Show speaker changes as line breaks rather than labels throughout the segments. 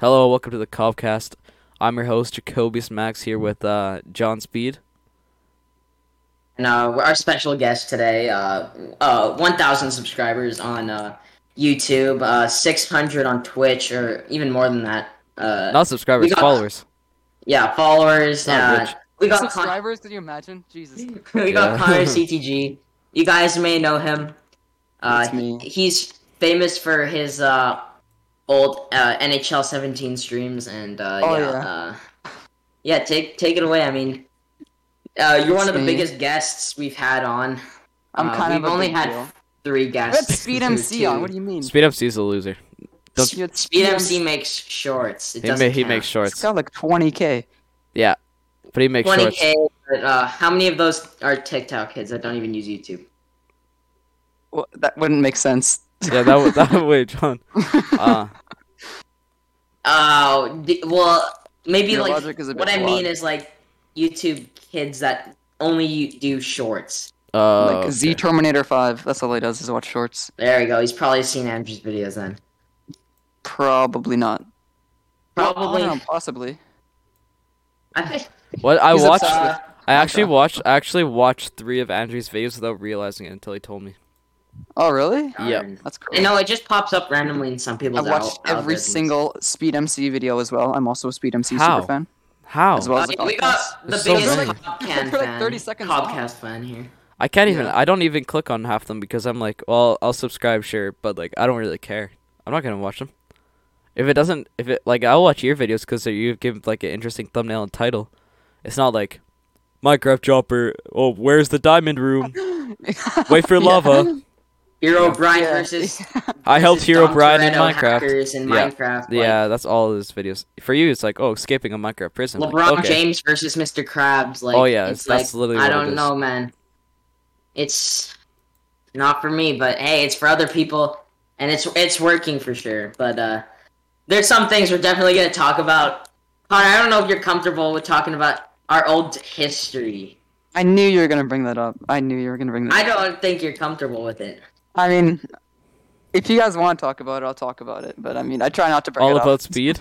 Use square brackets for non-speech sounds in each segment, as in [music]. Hello, welcome to the Covcast. I'm your host Jacobius Max here with uh, John Speed.
And uh, our special guest today, uh, uh, 1,000 subscribers on uh, YouTube, uh, 600 on Twitch, or even more than that. Uh,
Not subscribers,
got-
followers.
yeah, followers.
Not
Uh,
rich.
we got Con-
subscribers. Can you imagine? Jesus.
[laughs] we got
Yeah.
Connor CTG. You guys may know him. Uh,
That's me.
he- he's famous for his uh, old uh, NHL 17 streams, and uh,
Oh,
yeah,
yeah.
Uh, yeah. Take take it away. I mean, uh, you're one of the
me.
biggest guests we've had on.
I'm
Uh,
kind
we've
of a
only
big
had
deal.
three
Let's
guests.
speed
Two-
MC on.
two.
What do you mean?
Speed up, C's a loser. Don't-
Speed,
Speed MC makes shorts. It
He, ma-
doesn't
he
count.
makes
It's
shorts,
got like 20k.
but he makes
20k,
shorts.
but uh, how many of those are TikTok kids that don't even use YouTube?
Well, that wouldn't make sense. [laughs]
Yeah, that was that [laughs] wait, John. Uh,
Oh, d- well, maybe
Your
like
logic is a bit
what I mean
flawed.
is like YouTube kids that only you do shorts.
uh,
like
okay.
Z Terminator 5. That's all he does is watch shorts.
There we go. He's probably seen Andrew's videos then.
Probably not. Well,
Probably.
I don't know, possibly.
I think-
What I
He's
watched,
obsessed
uh,
I actually
Minecraft.
watched, I actually watched three of Andrew's videos without realizing it until he told me.
Oh really?
Yep.
darn.
That's cool.
I know it just pops up randomly in some
I
people's.
watched
al-
every
algorithms.
single Speed MC video as well. I'm also a Speed MC
How?
super fan. [laughs]
How?
As well
Uh,
as a
we
podcast.
got the
There's so
biggest
many.
[laughs]
Cobcan
They're like
fan,
30 seconds long.
Cobcast fan here.
I can't even.
Yeah.
I don't even click on half them because I'm like, well, I'll subscribe, sure, but like, I don't really care. I'm not gonna watch them. If it doesn't, if it like, I'll watch your videos because you give like an interesting thumbnail and title. It's not like Minecraft Chopper. Oh, where's the diamond room? Wait for
Yeah.
lava.
Hero
Yeah.
Brian
Yeah.
versus.
I
versus
helped Hero
Dom
Brian in
Toretto
Minecraft.
hackers in
Yeah.
Minecraft, like,
yeah, that's all his videos. For you, it's like, oh, escaping a Minecraft prison. Like,
LeBron
okay.
James versus Mr. Krabs. Like,
Oh, yeah,
it's
that's
like,
literally
I
what it
don't
is.
know, man. It's not for me, but hey, it's for other people, and it's it's working for sure. But uh, there's some things we're definitely gonna talk about. Connor, I don't know if you're comfortable with talking about our old history.
[laughs] I knew you were gonna bring that up. I knew you were gonna bring that.
I
up.
don't think you're comfortable with it.
I mean, if you guys want to talk about it, I'll talk about it. But I mean, I try not to bring
All
it up.
about speed.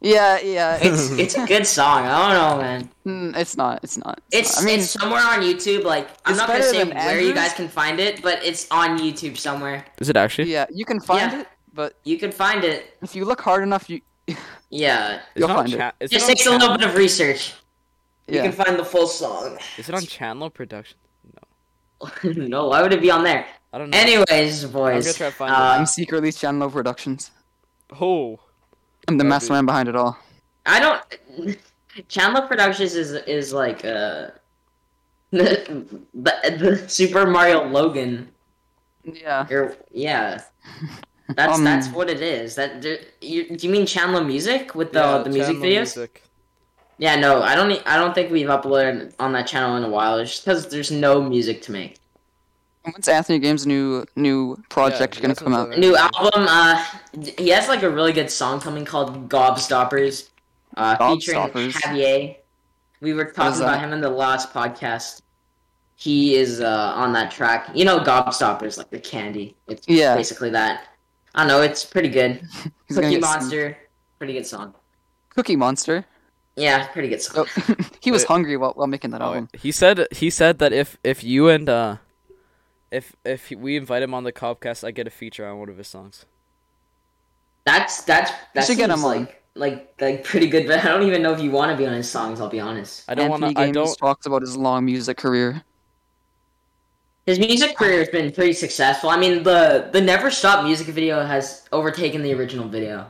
Yeah,
[laughs]
yeah. It's
It's it's a good song. I don't know, man.
mm, it's not. It's not.
It's
not. I mean,
it's somewhere on YouTube. Like I'm
It's
not gonna
better
say
than
where you
Andrew's?
guys can find it, but it's on YouTube somewhere.
Is it actually?
yeah. You can find
Yeah.
it, but
You can find it.
if you look hard enough, you
Yeah.
Is it
You'll
on
find it.
Cha- is it
Just
on
takes a little
Chandler-
bit of research.
yeah.
You can find the full song. [laughs]
Is it on Chandler Production?
no, why would it be on there?
I
Mm.
don't know.
Anyways,
I'm
boys.
gonna try to find
uh,
I'm secretly Chandler Productions.
Oh.
I'm the
Oh, dude.
mastermind behind it all.
I don't. Chandler Productions is is like uh, [laughs] the, the Super Mario Logan.
Yeah.
Or yeah, that's
[laughs] Um,
that's what it is. That there- you, do you mean Chandler music with the the music videos? Yeah, no, I don't. e- I don't think we've uploaded on that channel in a while. It's just because there's no music to make.
And When's Anthony Game's new new project gonna
that's
come
what's
out?
up.
new album. Uh, he has like a really good song coming called "Gobstoppers," uh, featuring
Gobstoppers.
Javier. We were
is
talking about
that?
him in the last podcast. He is uh, on that track. You know, "Gobstoppers" like the candy. It's
Yeah.
basically that. I don't know. It's pretty good.
He's gonna
Cookie
get some-
Monster, pretty good song.
Cookie Monster.
Yeah, pretty good song.
Oh, [laughs] he was
Wait.
hungry while, while making that
Uh, Oh,
album.
wait. he said he said that if if you and uh if if we invite him on the Cobcast, I get a feature on one of his songs.
That's that's that
should get
seems
him on.
like like like pretty good. But I don't even know if you want to be on his songs. I'll be honest.
I don't want
Anthony
to. I
Games
don't.
talks about his long music career.
His music career has been pretty successful. I mean, the the Never Stop music video has overtaken the original video.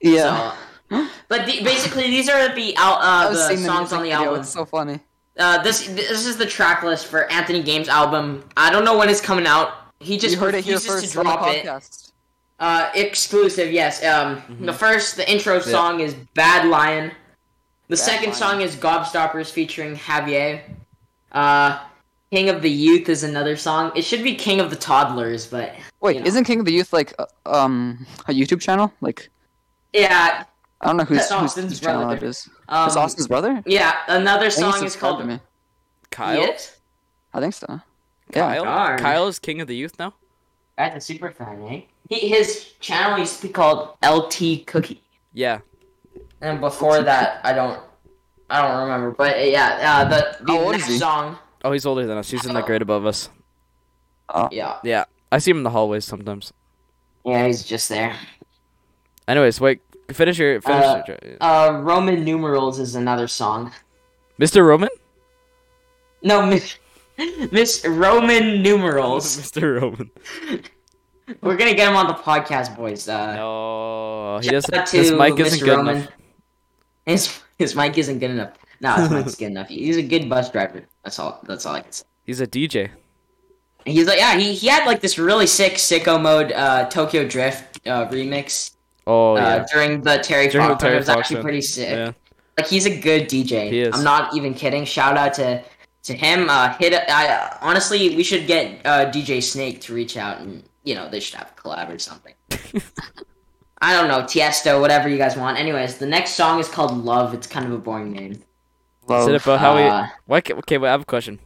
Yeah.
So, but the, basically, these are the out uh,
I've
the
seen
songs
music
on the
video,
album.
It's so funny.
Uh, this this is the track list for Anthony Game's album. I don't know when it's coming out. He just
you heard it here
refuses
first
to
on the
drop it.
podcast.
Uh, exclusive, yes. Um, the first, the intro song is "Bad Lion." The second
Lion.
song is "Gobstoppers" featuring Javier. Uh, "King of the Youth" is another song. It should be "King of the Toddlers," but
Wait,
you know.
isn't King of the Youth like uh, um a YouTube channel? Like
yeah.
I don't know whose
That's
whose
Austin's
YouTube channel
brother.
it is.
Um,
it's Austin's brother.
Yeah, another
I think he
song is
subscribed to
called
me.
Kyle.
It?
I think so. Yeah.
Kyle.
Darn.
Kyle is king of the youth now.
That's a super fan, eh? He, his channel used to be called LT Cookie.
Yeah.
And before that, I don't, I don't remember. But yeah, uh, the,
How
the
old is he?
next song.
Oh, he's older than us. He's in the grade above us.
Yeah,
Yeah. I see him in the hallways sometimes.
yeah, he's just there.
Anyways, wait. Finish your finish. your dra-
Uh, Roman numerals is another song.
Mr.
[laughs]
Roman.
No, [laughs] Miss, Miss Roman
[laughs]
numerals.
Mr. Roman.
We're gonna get him on the podcast, boys. Uh,
No, he
Shout
doesn't.
out
His
to
mic isn't
Mr.
good
Roman.
enough.
[laughs] His his mic isn't good enough. No,
[laughs]
his mic's good enough. He's a good bus driver. That's all. That's all I can say.
He's a DJ.
And He's like, yeah, he, he had like this really sick sicko mode uh, Tokyo Drift uh, remix
Oh
uh,
yeah.
during the Terry
During the
Fox. one.
Terry
It was
Fox
actually
one.
pretty sick.
Yeah.
Like he's a good DJ.
He is.
I'm not even kidding. Shout out to to him. Uh, hit. I honestly, we should get uh, DJ Snake to reach out and you know they should have a collab or something.
[laughs]
I don't know Tiesto, whatever you guys want. Anyways, the next song is called Love. It's kind of a boring name.
Is it about how
Uh,
he? Why? ca- Okay, wait. I have a question.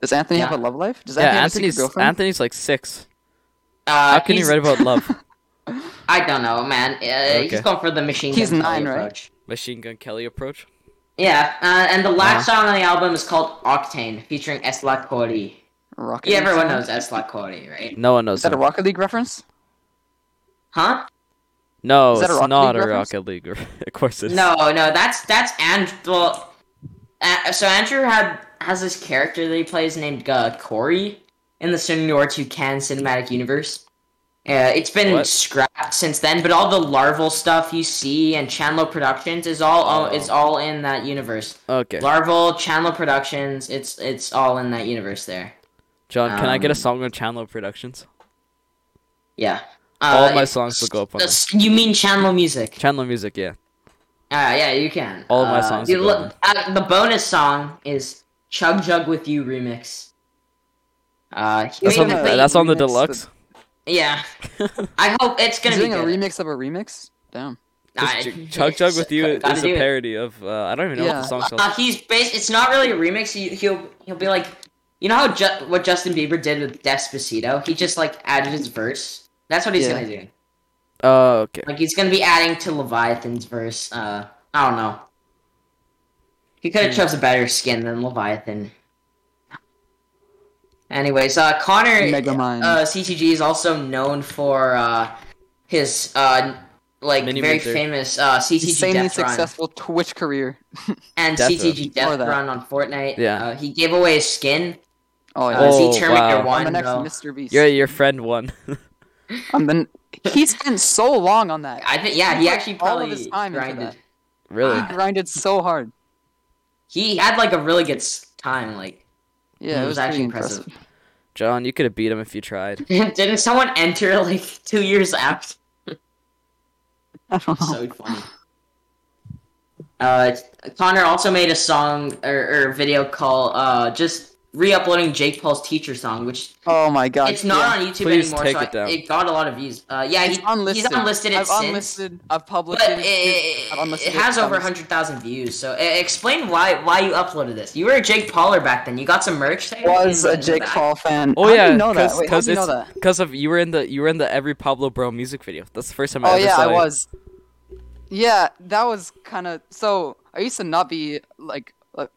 Does Anthony
Yeah.
have a love life? Does
Yeah,
Anthony have a secret
Anthony's
girlfriend?
Anthony's like six.
Uh,
How can you
he's-
write about love?
[laughs]
I don't know, man. Uh,
Okay.
He's going for the machine.
He's
Gun
nine,
Kelly
right?
approach.
Machine Gun Kelly approach.
Yeah, uh, and the
Uh-huh.
last song on the album is called Octane, featuring S. La Cody.
Rocket
Yeah,
League
everyone
song?
knows S. La Cody, right?
No one knows.
Is that a
him.
Rocket League reference?
Huh?
No,
Is that a
it's
Rocket
not
League
a
reference?
Rocket League. re- [laughs] of course, it's
No, no, that's that's and well, uh, so Andrew had has this character that he plays named uh, Corey in the Senior Two Can cinematic universe. Uh, it's been
What?
scrapped since then, but all the larval stuff you see and Chandler Productions is all all- is all in that universe.
Oh. Okay,
Larval, Chandler Productions, it's it's all in that universe there.
John, can I get a
Um,
song on Chandler Productions?
Yeah.
All
Uh,
my
it-
songs will go up on there.
s- You mean Chandler Music?
Chandler Music, yeah.
Uh, yeah, you can.
All of my
Uh,
songs
You
are
look, uh, the bonus song is "Chug Jug with You" remix. Uh, he
That's
made
on,
doing
the-
a
that's on the
remix, but- [laughs]
deluxe.
yeah. I hope it's
He's
gonna be
doing a
good.
remix of a remix? Damn.
Uh,
'Cause Ch- Chug Chug with you
gotta
is
do
a
it.
parody of uh, I don't even know what the
Yeah.
song's
[laughs]
Uh,
called.
he's based. It's not really a remix. He, he'll he'll be like, you know how Ju- what Justin Bieber did with Despacito? He just like added his verse. That's what he's
Yeah.
gonna do.
Oh, okay.
Like he's gonna be adding to Leviathan's verse. Uh, I don't know. He could have
Hmm.
chose a better skin than Leviathan. Anyways, uh, Connor
Megamind.
uh, CTG is also known for uh, his uh, like
Mini
very
Minter.
famous uh, CTG
Insanely
Death Run
successful Twitch career.
and
Death
CTG
Run.
Death
Or that.
Run on Fortnite.
Yeah.
uh, he gave away his skin.
Oh yeah.
Uh,
Oh,
Z Terminator
wow.
I'm the
One.
next
though.
Mr. Beast.
Your your friend won.
I'm the. n- He spent so long on that.
I think yeah, he
put
actually
all of
probably
his time into
grinded.
that.
[laughs] really?
He grinded so hard.
He had like a really good s- time. Like It
Yeah, it
was
was,
actually
pretty
impressive.
impressive.
John, you could have beat him if you tried.
[laughs] Didn't someone enter like two years after?
[laughs] I don't know.
So funny. Uh, Connor also made a song or, or video called uh, just re-uploading Jake Paul's teacher song, which
oh my god.
it's not
yeah.
on YouTube
Please
anymore.
take
so
it down.
I, it got a lot of views. Uh, yeah,
It's
he,
unlisted.
he's unlisted it
I've
since,
unlisted. I've
but
published.
it,
I've
it, it
unlisted
has
I've
over
unlisted-
hundred thousand views. So uh, explain why why you uploaded this. You were a Jake Pauler back then. You got some merch. There?
Was
You
a
didn't know
Jake
that.
Paul fan.
Oh
how
yeah,
do you know that?
cause,
Wait, how
cause
do you know
it's-
that?
'cause of you were in the you were in the every Pablo Bro music video. That's the first time I
Oh
ever
yeah,
saw
I
you.
was. Yeah, that was kind of so. I used to not be like, like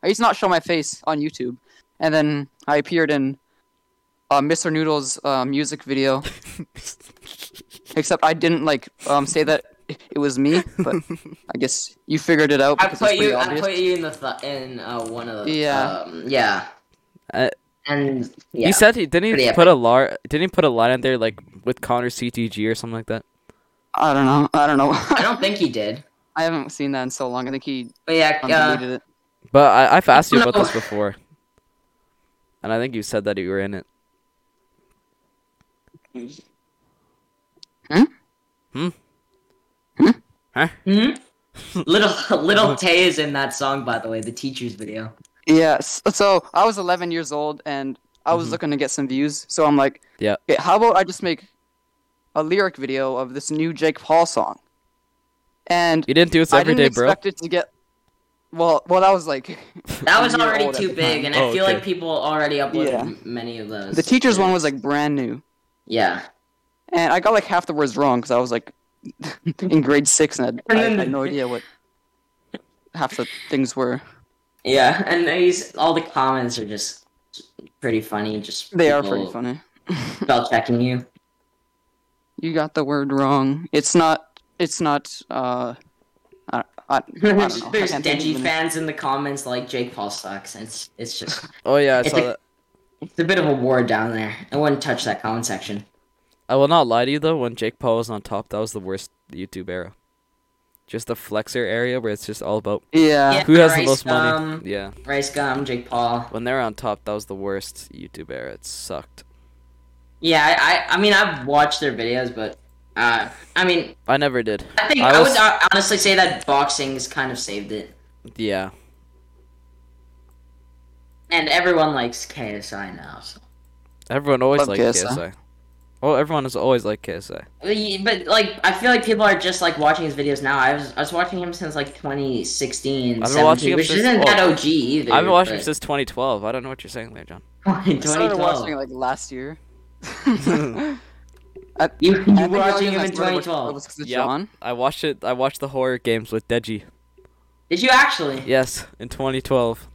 [laughs] I used to not show my face on YouTube, and then I appeared in uh, Mr. Noodle's uh, music
[laughs]
video. Except I didn't like um, say that it was me, but I guess you figured it out
I
because it's
put you.
pretty
I
obvious.
put you in the th- in uh, one of the
Yeah.
um, yeah.
Uh,
and yeah.
He said he didn't he
Pretty
put a lar- didn't he put a line in there like with Connor CTG or something like that.
I don't know. I don't know. [laughs]
I don't think he did.
I haven't seen that in so long. I think he
But yeah,
um,
uh,
deleted it.
But I, I've asked you about
No.
this before, and I think you said that you were in it.
Hmm?
Hmm.
hmm?
[laughs]
little little Tay is in that song, by the way, the teacher's video.
Yeah. s- So I was 11 years old and I was
Mhm.
looking to get some views. So I'm like,
Yeah.
"Okay, how about I just make a lyric video of this new Jake Paul song? And
You didn't do it's
I
every
didn't
day, bro.
expect it to get. Well, well, that was like [laughs]
That
A
was
year
already
old at
too
the
big,
time.
and
Oh,
I feel
okay.
like people already uploaded
Yeah.
m- many of those.
the teacher's one was like brand new,
Yeah.
and I got like [laughs] half the words wrong because I was like in grade six, and I, I had no idea what half the things were.
Yeah, and these all the comments are just pretty funny. Just
They are
people
pretty funny.
Spell checking you.
You got the word wrong. It's not. It's not. Uh, I, I, I don't know.
There's, [laughs]
I
there's
can't think of
Denji
the name.
fans in the comments like Jake Paul sucks. and It's it's just
Oh yeah, I
It's
saw
like-
that.
it's a bit of a war down there. I wouldn't touch that comment section.
I will not lie to you though. When Jake Paul was on top, that was the worst YouTube era. Just the flexer area where it's just all about
Yeah.
Yeah.
who has the
Rice
most money.
Gum.
Yeah,
Rice gum, Jake Paul.
when they were on top, that was the worst YouTube era. It sucked.
Yeah, I I, I mean I've watched their videos, but uh, I mean
I never did.
I think
I
I,
was-
would uh, honestly say that boxing's kind of saved it,
Yeah,
and everyone likes KSI now. So.
everyone always
Love
liked
KSI.
KSI. Oh, everyone has always liked KSI.
But you- but, like I feel like people are just like watching his videos now. I was I was watching him since like 2016,
I've been watching
17,
him
which
since-
isn't
well,
that OG either.
I've been watching
[laughs] but-
since 2012. I don't know what you're saying there, John.
I started
2012.
watching it, like
[laughs]
last year.
You, you were
I think the only
watching
reason
him
I
in
started watching
2012.
was 'cause of
Yep.
John.
I watched it. I watched the horror games with Deji.
Did you actually?
Yes, in 2012.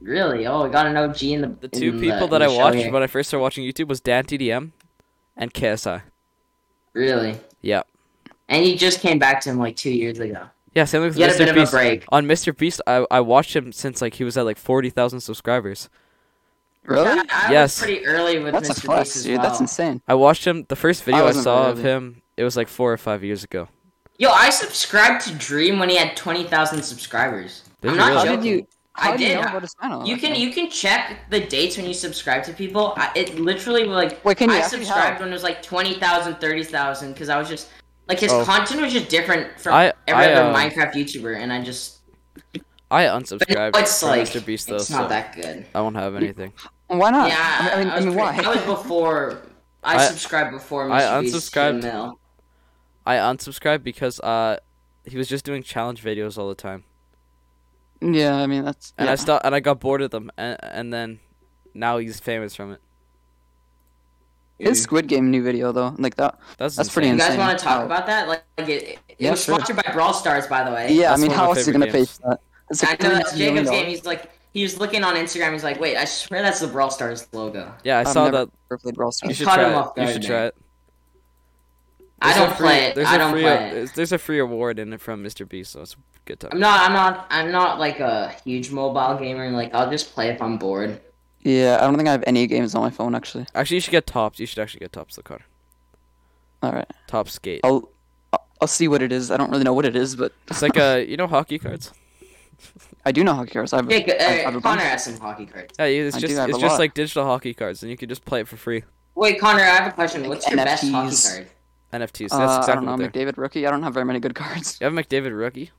Really? Oh, I got an OG in the.
The two
in
people
in
that
the
I
Mm, show
watched
here.
when I first started watching YouTube was Dan TDM and KSI.
Really?
Yeah.
And you just came back to him like two years ago.
Yeah, same thing with
You had a
Mr.
bit of a
Beast.
break.
On Mr. Beast, I, I watched him since like he was at like forty thousand subscribers.
Really?
I, I
Yes.
was pretty early with
That's a
Mr. Beast
fuss,
as
dude.
well.
That's insane.
I watched him the first video I,
wasn't
saw of
really.
him. It was like four or five years ago.
Yo, I subscribed to Dream when he had 20,000 subscribers.
Did
I'm
you
not
really?
How
joking.
did you? oh, How
I
did you
did.
know about his channel?
you can you can check the dates when you subscribe to people. I, it literally like
Wait, can you
I
actually
subscribed
have-
when it was like 20,000, 30,000 because I was just like his
Oh.
content was just different from
I-
every
I,
other
uh,
Minecraft YouTuber, and I just
I
but now
unsubscribed
it's
from
like
Mr. Beast though,
it's not
so
that good.
I won't have anything.
Why not?
e- Yeah,
I mean, I
was
mean,
pretty- I was
why?
before. I,
I-
subscribed before Mr.
I
Beast to
unsubscribed-
Mill.
I unsubscribed because uh he was just doing challenge videos all the time,
Yeah, I mean that's.
and
yeah.
I stopped and I got bored of them, and and then now he's famous from it.
His Squid Game new video though, like that.
That's
that's pretty
insane.
You guys
Insane.
want to talk
Oh.
about that? Like, like it, it
Yeah,
was
sure.
sponsored by Brawl Stars, by the way.
Yeah,
That's
I
one of
mean,
my
how else are you
favorite
gonna pay
games.
for that? It's
I
like
know
$3
that's
million
Jacob's game.
dollars.
He's like, he was looking on Instagram. He's like, wait, I swear that's the Brawl Stars logo.
Yeah, I
I've
saw
never
that.
played Brawl
You
Stars.
should
Caught him
try
off
it. You
guard
should
there.
try it.
I
There's a
don't
free-
play it.
There's
I
a
don't
free,
play it.
there's- There's a free award in it from Mr. Beast, so it's a good time.
I'm not. I'm not. I'm not like a huge mobile gamer. Like, I'll just play if I'm bored.
Yeah, I don't think I have any games on my phone actually.
Actually, you should get tops. You should actually get tops the car.
All right,
Top skate.
I'll I'll- I'll see what it is. I don't really know what it is, but
It's like uh,
[laughs]
you know hockey cards.
I do know hockey cards. I've,
Jake,
I've, I've
uh,
a
Connor
bunch.
has some hockey cards.
Yeah, it's
I do
just
have
it's
a
just
lot.
like digital hockey cards, and you can just play it for free.
Wait, Connor, I have a question. What's your best hockey
NFTs.
card?
NFTs.
Uh,
That's
I
exactly
don't know,
what they're.
McDavid rookie. I don't have very many good cards.
You have McDavid rookie.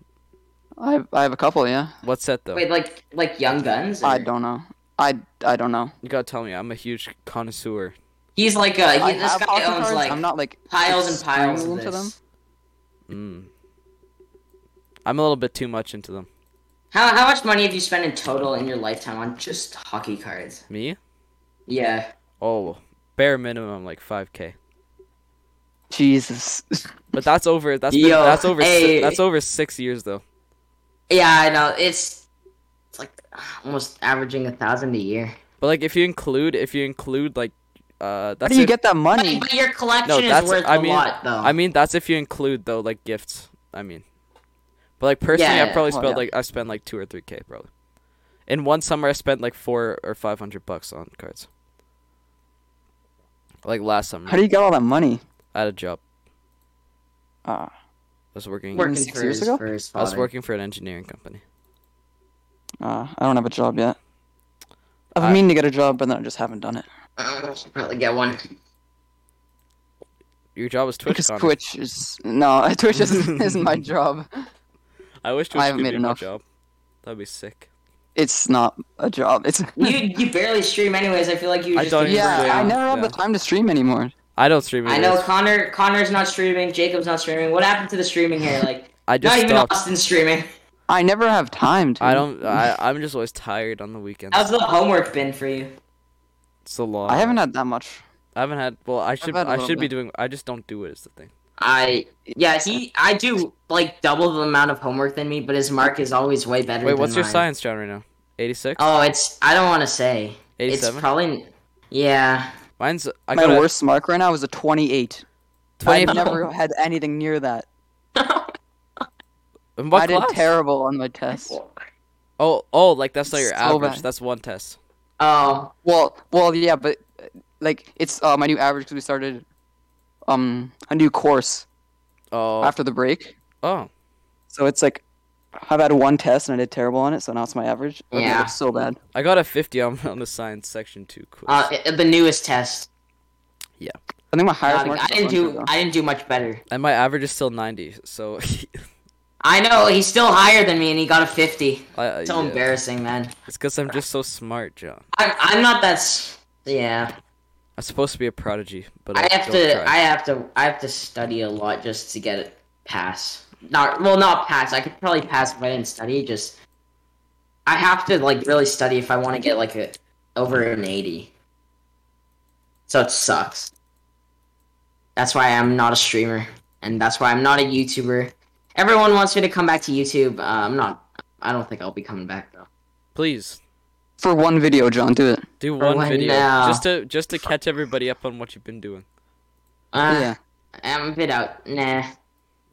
I have, I have a couple, yeah.
What set though?
Wait, like like Young Guns?
I
or-
don't know. I I don't know.
You gotta tell me. I'm a huge connoisseur.
He's like a.
I
He, this
have
guy
hockey
owns
cards.
like
I'm not like
piles and piles of
extremely into
this.
Mm.
them.
I'm a little bit too much into them.
How how much money have you spent in total in your lifetime on just hockey cards?
Me?
Yeah.
Oh, bare minimum like 5k.
Jesus.
[laughs] But that's over. That's been,
Yo,
that's over. si-
hey.
that's over six years though.
Yeah, I know. It's it's like almost averaging a thousand a year.
But like, if you include, if you include like, uh,
How
that's
do you
if-
get that money?
But your collection
No,
is
that's-
worth
I
a
mean-
lot though.
I mean, that's if you include though, like gifts. I mean, but like personally,
Yeah,
I probably
yeah. Oh,
spent
yeah.
like I spent like two or three k probably. In one summer, I spent like four or five hundred bucks on cards. Like last summer,
How do you get all that money?
I had a job.
Ah,
I was working.
working
six
for
years
his,
ago?
for his
I was
father.
working for an engineering company.
ah, I don't have a job yet. I've
I-
been meaning to get a job, but then I just haven't done it.
I should probably get one.
Your job was Twitch.
Because
Connor.
Twitch is no, [laughs] Twitch isn't, isn't my job.
I wish Twitch
haven't
could
made
be
enough.
my job. That'd be sick.
It's not a job. It's
[laughs] You you barely stream anyways. I feel like you
I
just.
don't even
[laughs] yeah.
stream,
I never have
yeah.
the time to stream anymore.
I don't stream.
I
either.
know Connor. Connor's not streaming. Jacob's not streaming. What happened to the streaming here? Like
[laughs] I just
not even
stopped.
Austin's streaming.
I never have time to.
I don't. I, I'm just always tired on the weekends.
How's the homework been for you?
It's a lot.
[laughs] I haven't had that much.
I haven't had. Well, I should.
had a
I
little
should be
bit.
doing. I just don't do it. Is the thing.
I yeah, he I do like double the amount of homework than me, but his mark is always way better.
Wait,
than
what's your
mine.
science, John, right now? 86?
Oh, it's I don't want to say. It's
87?
probably yeah.
Mine's, I
My
got a
worst mark right now is a 28.
28.
I've never had anything near that.
in what
I
class?
did terrible on my test.
Oh, oh, like that's not your
So
average.
bad.
That's one test.
Oh,
Well, well, yeah, but uh, like it's uh, my new average because we started um a new course
Oh,
after the break.
oh,
So it's like I've had one test and I did terrible on it, so now it's my average. It
Yeah.
looks so bad.
I got a 50 on, [laughs] on the science section too. Cool.
uh, i- the newest test.
I think my highest
Uh,
mark.
I
is
didn't
100,
do
though.
I didn't do much better.
and my average is still 90. So, [laughs] uh,
I know he's still higher than me, and he got a fifty.
I, I-
So
yeah.
embarrassing, man.
It's because I'm just so smart, John.
I'm I'm not that. s- Yeah,
I'm supposed to be a prodigy, but I,
I have
don't
to.
try.
I have to. I have to study a lot just to get it pass. Not well, not pass. I could probably pass if I didn't study. Just I have to like really study if I want to get like a over an eighty. So it sucks. That's why I'm not a streamer, and that's why I'm not a YouTuber. Everyone wants me to come back to YouTube. Uh, I'm not. I don't think I'll be coming back though.
Please
for one video, John. Do it.
do
For
one
one
video
now.
just to just to catch everybody up on what you've been doing.
Uh,
yeah.
I'm a bit out. Nah.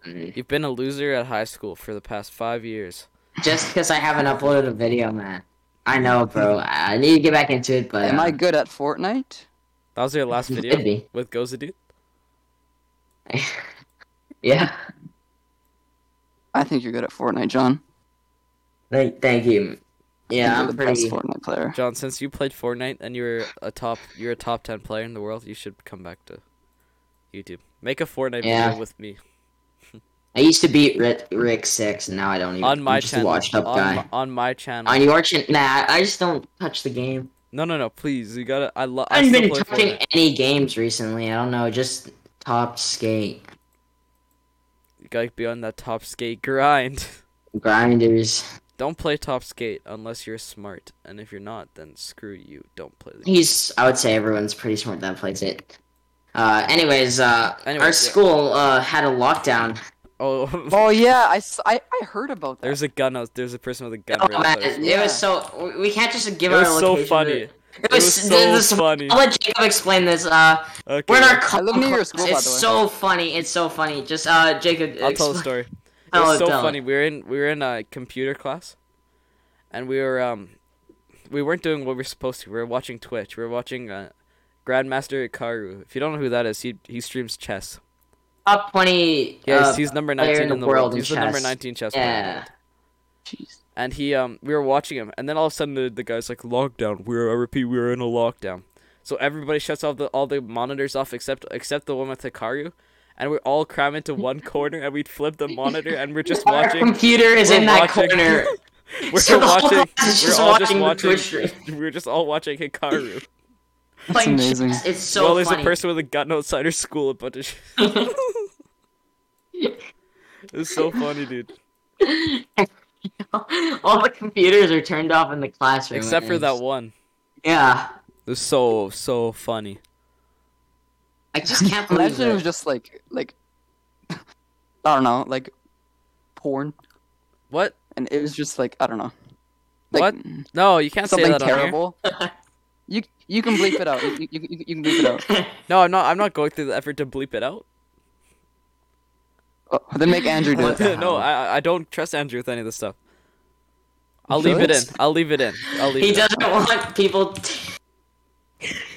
Mm.
You've been a loser at high school for the past five years.
Just because I haven't uploaded a video, man. I know, bro. I I need to get back into it, but
Am
uh,
I good at Fortnite?
That
[laughs]
was your last
You
video
could be.
with Gozadu.
uh, [laughs] yeah.
I think you're good at Fortnite, John.
Thank, thank you.
I think
Yeah,
you're
I'm
the best
pretty.
Fortnite player.
John, since you played Fortnite and you're a top you're a top ten player in the world, you should come back to YouTube. Make a Fortnite
Yeah.
video with me
I used to beat Rick, Rick Six, and now I don't even.
on my
I'm just a
channel.
washed up
on,
guy.
my- on my channel.
on your channel, nah. I just don't touch the game.
no, no, no. Please, you gotta. I love. I
I haven't
still
been
play
touching
Fortnite.
any games recently. I don't know. Just top skate
You gotta be on that top skate grind. [laughs]
grinders.
Don't play top skate unless you're smart, and if you're not, then screw you. Don't play the
He's. I would say everyone's pretty smart that plays it. Uh, anyways, uh,
Anyways,
our
yeah.
school uh, had a lockdown.
Oh, [laughs]
Oh yeah, I, s- I, I heard about that.
there's a gun. Out, there's a person with a gun.
Oh,
right
man,
outside.
it
Yeah.
was so. We can't just
it
give
was
our
so
location.
funny.
It,
It
was,
was so
this,
funny.
I'll let Jacob explain this. Uh,
Okay,
we're in our
I'll
co-
I live near your
class.
school, by
It's
the way.
so funny. It's so funny. Just uh, Jacob.
tell the
expl- [laughs]
story. It
Tell
was
it,
so
tell it.
funny. We were in we were in a computer class, and we were um, we weren't doing what we were supposed to. We were watching Twitch. We were watching uh, Grandmaster Ikaru. If you don't know who that is, he he streams chess.
Top twenty.
Yeah,
uh,
he's, he's number
player
nineteen in the, world.
in
He's the number
chess.
nineteen chess player. in the
Yeah.
world.
Jeez.
and he um we were watching him and then all of a sudden the, the guy's like lockdown we're i repeat we're in a lockdown so everybody shuts all the all the monitors off except except the one with hikaru and we all cram into
[laughs]
one corner and we flip the monitor and we're just
Our
watching
computer is
we're
in that
watching- [laughs]
corner.
we're
so the whole
watching
class is
we're
[laughs] just
all
watching the
just
Twitch
watching [laughs] we're just all watching hikaru
Like,
amazing.
just- [laughs] It's [laughs] so
well there's
funny.
a person [laughs] with a gun outside her school a bunch of [laughs] it's so funny
[laughs]
dude
[laughs] All the computers are turned off in the classroom.
except for
and
that
it's-
one
Yeah.
it was so so funny
I just can't believe
[laughs] Imagine it was
it.
just like like [laughs] I don't know, like porn,
what
and it was just like I don't know,
What?
like
no you can't say
something
that on here. [laughs]
terrible. you you can bleep it out. You, you, you, you can bleep it out.
[laughs]
No, I'm not. I'm not going through the effort to bleep it out.
[laughs] Oh, then make Andrew do
What the
[laughs]
it.
no,
hell?
I I don't trust Andrew with any of this stuff. I'll
Sure?
leave it in. I'll leave it in. I'll leave.
He
it in.
doesn't want people. [laughs] t-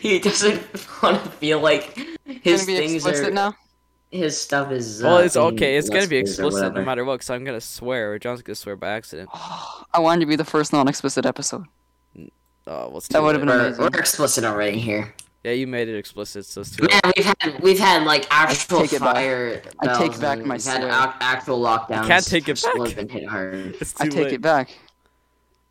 he doesn't want to feel like
Gonna
his
be
things
explicit
are
now. [sighs]
his stuff is.
Well,
uh,
it's
being
okay. It's gonna be
listed or
explicit no
whatever.
matter what, because I'm gonna swear or John's gonna swear by accident.
I wanted to be the first non-explicit episode.
Oh, well, it's
That
too
would've
late.
been a-
We're,
Amazing.
we're explicit already here.
Yeah, you made it explicit, so it's too
Man,
late.
we've had we've had like actual
take it back.
fire.
I take
bells
back
and
my
We've had
swear.
ac- actual lockdowns.
I can't take it
People
back.
have been hit hard.
It's too
I take
late.
it back.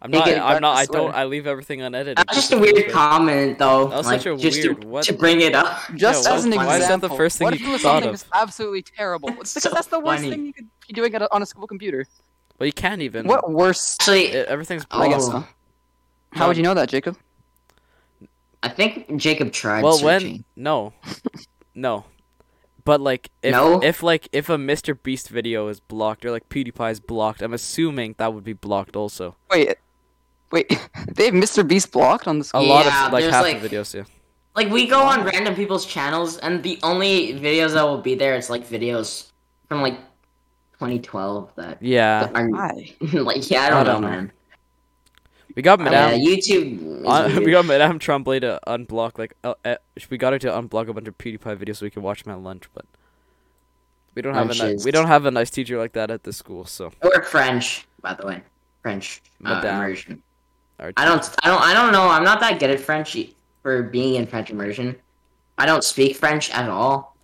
I'm
Take
not.
it
I'm
back,
not.
I
I don't.
swear.
I leave everything unedited.
That's just a
because
weird
it's-
comment, though.
That was
like,
such a
just
weird-
To,
what-
to bring it up.
Just
Yeah,
as an
why-
example,
why is that the first thing
what
you
if it was
thought
something
of?
that's absolutely [laughs] terrible? It's because
so
that's the worst
funny.
thing you could be doing at a, on a school computer.
Well, you can't even.
What worse?
Actually,
It- everything's.
Oh.
I guess so. How would you know that, Jacob?
I think Jacob tried
Well,
searching.
when no, no, But like if
No.
if like if a Mr. Beast video is blocked or like PewDiePie is blocked, I'm assuming that would be blocked also.
Wait, wait, [laughs] they have Mr. Beast blocked on this.
A lot
Yeah,
of like
there's,
half
like-
the videos, yeah.
Like we go on random people's channels, and the only videos that will be there is like videos from like 2012 that
Yeah.
are
Oh. Why?
[laughs] like yeah, I don't, know, man.
[laughs] We got Madame
Yeah, YouTube. is
Uh, [laughs] we
weird.
got Madame Tremblay to unblock like uh, uh, we got her to unblock a bunch of PewDiePie videos so we can watch them at lunch, but we don't have a
Lunch
ni-
is-
we don't have a nice teacher like that at the school. So
Or French, by the way. French uh,
Madame.
immersion.
Our
I don't, I don't, I don't know. I'm not that good at French e- for being in French immersion. I don't speak French at all.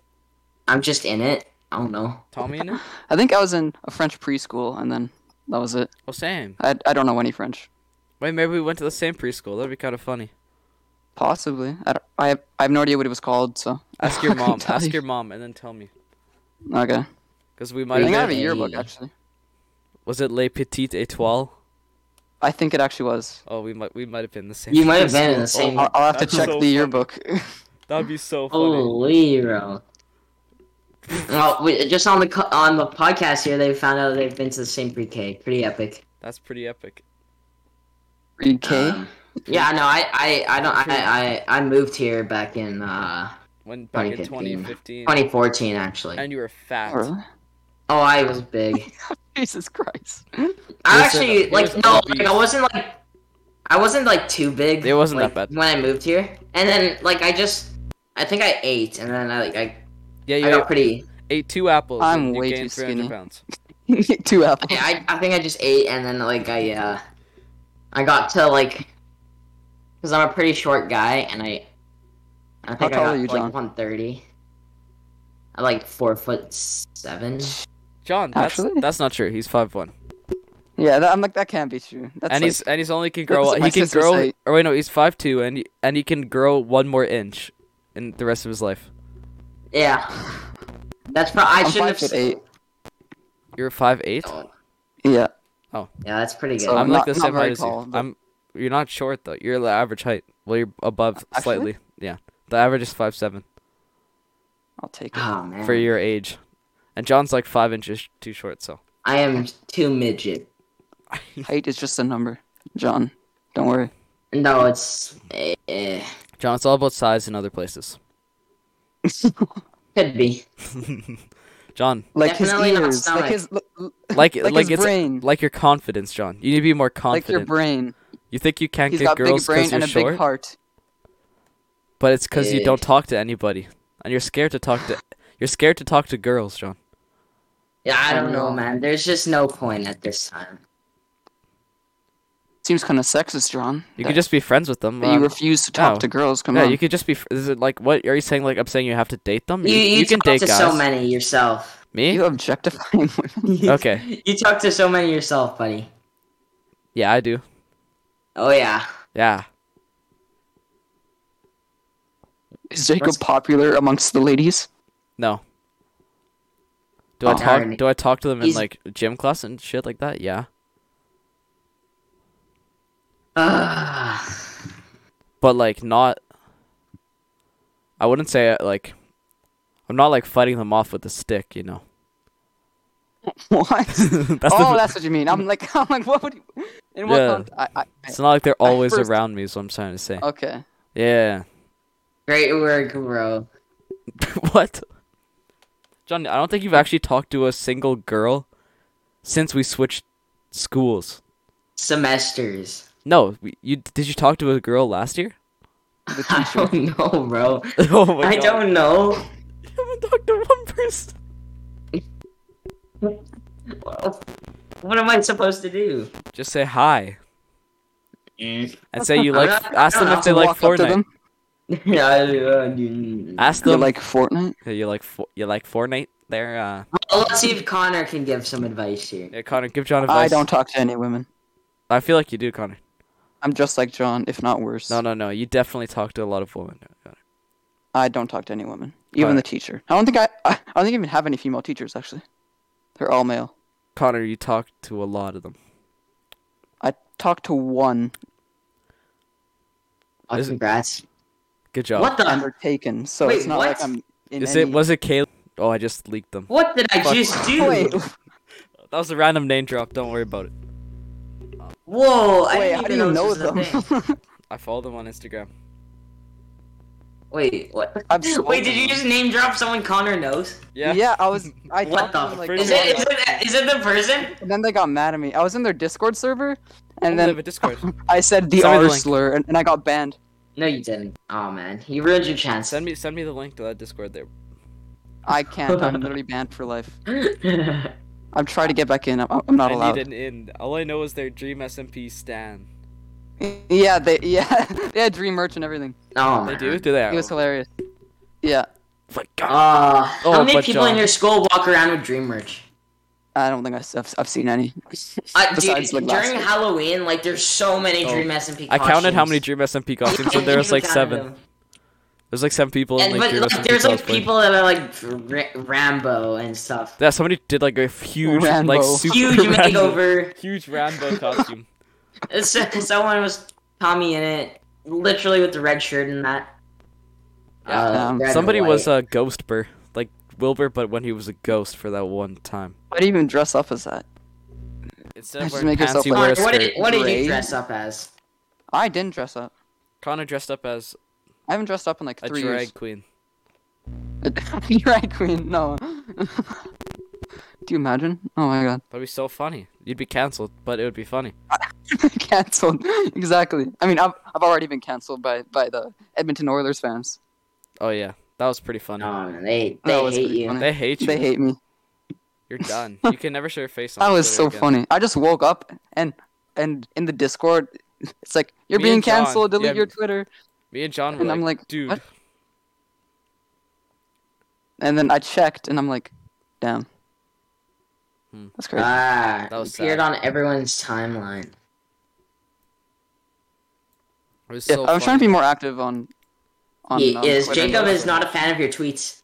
I'm just in it. I don't know.
Tommy
[laughs]
in it.
I think I was in a French preschool, and then that was it.
Oh Sam,
I, I don't know any French.
wait, maybe we went to the same preschool. That'd be kind of
[laughs]
funny.
Possibly. I, don't- I, have, I have no idea what it was called, so.
Ask your
[laughs] I
[laughs]
couldn't
mom.
tell
ask
you.
your mom, and then tell me,
Okay.
because we
I
might
think I
have.
have a
Been,
Maybe.
yearbook, actually.
was it Les Petites Étoiles?
I think it actually was.
Oh, we might we might have been in the same.
You might have
preschool.
been in the
Oh,
same.
I'll, I'll have to
That's
check
so
the
funny.
yearbook. [laughs]
that'd be so funny.
Holy bro. well, we, just on the co- on the podcast here, they found out they've been to the same pre-K. Pretty epic.
That's pretty epic.
Read K? [gasps]
Um, yeah, no, I, I, I don't, I, I, I moved here back in uh,
When back in
2015.
2015,
2014 actually.
and you were fat.
Oh, really?
Oh, I was big.
[laughs]
Jesus Christ.
I
Listen,
actually
it
like
was
no,
obese.
like, I wasn't like I wasn't like too big.
It wasn't
like,
that bad.
when I moved here, and then like I just I think I ate, and then I like I,
Yeah,
I
you
got
ate,
pretty.
ate two apples.
I'm
and you
way
gained
too
300
skinny.
Pounds.
[laughs] Two apples.
Yeah, I I think I just ate, and then like I uh I got to like because I'm a pretty short guy, and I I think
tall
I
are
got
you,
to, like
John?
130. I'm like four foot seven.
John, that's
Actually?
that's not true. He's five one,
Yeah, that, I'm like, that can't be true. That's
and
like,
he's and he's only can
that's
grow.
what my
He can
sister
grow.
say.
Or wait, no, he's five two, and he, and he can grow one more inch in the rest of his life.
Yeah, that's probably I
I'm
shouldn't
five
have. s-
foot eight.
You're five eight.
Oh,
Yeah.
Yeah, that's pretty good.
So-
I'm like
not-
the
not
same
very
height as you.
tall, but-
I'm. You're not short though. You're the average height. Well, you're above
Actually?
slightly. Yeah, the average is five seven
I'll take it.
oh man,
for your age, and John's like five inches too short. So
I am too midget.
Height is just a number, John. Don't worry.
No, it's eh, eh,
John, it's all about size in other places.
could be.
[laughs]
John,
Like
Definitely not
his ears,
stomach.
like his, l- l-
like
Like
like,
his
it's
brain.
like your confidence, John. You need to be more
like
confident.
your brain.
You think you can't
He's
get
got big
girls
brain
because you're
and a
short,
big heart.
but it's because you
Yeah.
don't talk to anybody, and you're scared to talk to. You're scared to talk to girls, John.
Yeah, I
I
don't know,
know.
man. There's just no point at this time.
Seems kind of sexist, John.
You
that-
could just be friends with them.
that you
um,
refuse to talk
no.
to girls. Come
yeah,
on.
you could just be. fr- Is it like what are you saying? Like I'm saying you have to date them.
You, you,
can
talk
date
to
guys.
so many yourself.
Me?
You [laughs] objectifying
[laughs]
women.
Okay.
You talk to so many yourself, buddy.
Yeah, I do.
Oh yeah.
Yeah.
Is Jacob
What's-
popular amongst the ladies? [laughs]
No. Do I
Oh.
talk? Do I talk to them in
He's-
like gym class and shit like that? Yeah.
Ugh.
but like not I wouldn't say uh, like I'm not like fighting them off with a stick, you know. [laughs]
What?
That's
oh,
the,
that's what you mean. I'm like, [laughs] I'm like, what would? You... In what?
Yeah.
cont- I, I, I-
it's not like they're always
first- Oh.
around me, is what I'm trying to say.
Okay.
yeah. [laughs]
Great work, bro.
what? John, I don't think you've actually talked to a single girl since we switched schools.
Semesters.
No, we- you did you talk to a girl last year? [laughs]
The
[laughs] I
teacher.
don't know, bro.
oh my
I
god. [laughs]
don't know.
You haven't talked to one person.
Well, What am I supposed to do?
Just say hi
[laughs]
and say
[laughs]
you
I'm
like
not-
ask
I don't
them if
know.
they like Fortnite.
well,
Ask
You
them
like Fortnite?
Hey, you like Fo- you like Fortnite there uh
let's see if Connor can give some advice here.
Yeah, Connor, give John
I
advice.
don't talk to any women.
I feel like you do, Connor.
I'm just like John, if not worse.
No, no, no. You definitely talk to a lot of women. Connor.
I don't talk to any women, even
Alright.
the teacher. I don't think I, I, I don't think I even have any female teachers actually. They're all male.
Connor, you talk to a lot of them.
I talked to one,
Oh,
Is it-
congrats.
Good job.
What
and
the?
they're taken. So
Wait,
it's not
what?
like I'm in
Is
any.
it was it Caleb? Oh, I just leaked them.
What did I
Fuck.
just do?
Wait,
That was a random name drop. Don't worry about it.
Whoa! I
wait,
didn't
how do
even
you
know,
know
this was a
them?
thing.
[laughs]
I follow them on Instagram.
Wait, what?
I'm
Wait,
scrolling.
did you just name drop someone Connor knows?
Yeah.
I was. I
What
talked
the?
to them, like,
frick?
is it is it is it the person?
and then they got mad at me. I was in their Discord server,
Oh,
and
they
then
have a Discord.
[laughs] I said the
Send me the
R
link.
slur, and, and I got banned.
No, you didn't. Oh man, you ruined your chance.
send me send me the link to that Discord there.
I can't.
[laughs]
I'm literally banned for life.
Wait,
I'm trying to get back in. I'm, I'm not
I
allowed.
need an in. All I know is their dream SMP Stan.
[laughs] Yeah, they yeah they had dream merch and everything.
oh
They
man.
do? Do they?
It was hilarious. Yeah,
My God.
Uh,
Oh,
how many
but,
people
uh,
in your school walk around with dream merch?
I don't think I s- I've, I've seen any.
Uh,
[laughs] Besides,
dude,
like, last
during
week.
Halloween, like there's so many
Oh.
dream SMP.
I counted how many
costumes.
Dream SMP costumes,
Yeah,
and there was
you
like
counted
seven.
them.
There's like seven people in
And
like Dream
but
SMP
like, there's like
cosplay.
people that are like Ra- Rambo
[laughs]
and stuff.
Yeah, somebody did like a huge, like
Rambo.
super
Huge
Rambo-
makeover. [laughs]
huge Rambo
[laughs]
costume.
It's- Someone was Tommy in it, literally with the red shirt and that. Uh,
Yeah.
Um,
red and
Somebody
white.
was uh, a ghost burr, like Wilbur, but when he was a ghost for that one time.
Why do you even dress up as that?
Instead of
Just
wearing
make
pants,
yourself
he
like-
wore
Connor,
a
what
skirt.
did, what did
Gray.
you dress up as?
I didn't dress up.
Connor dressed up as
I haven't dressed up in like
a
three
drag
years.
queen.
[laughs] drag queen, no. [laughs] do you imagine? Oh my god, [laughs]
That'd be so funny. You'd be canceled, but it would be funny.
canceled. exactly. I mean, I've I've already been canceled by by the Edmonton Oilers fans.
Oh yeah, that was pretty funny.
No, man, they
That
they
was
hate
pretty
you.
funny.
They hate you.
They hate me. [laughs]
You're done. You can never show your face. on
That was
Twitter
so
again.
funny. I just woke up and and in the Discord, it's like you're
Me
being
and John,
canceled. Delete
yeah,
your Twitter.
Me and John were
And
like,
I'm like,
dude,
what? And then I checked, and I'm like, damn.
Hmm.
That's crazy.
Ah,
That was
appeared
sad.
on everyone's timeline.
it was
yeah,
so
I was trying to
funny.
be more active on. on
He
um,
is.
Twitter and
Jacob
stuff.
is not a fan of your tweets.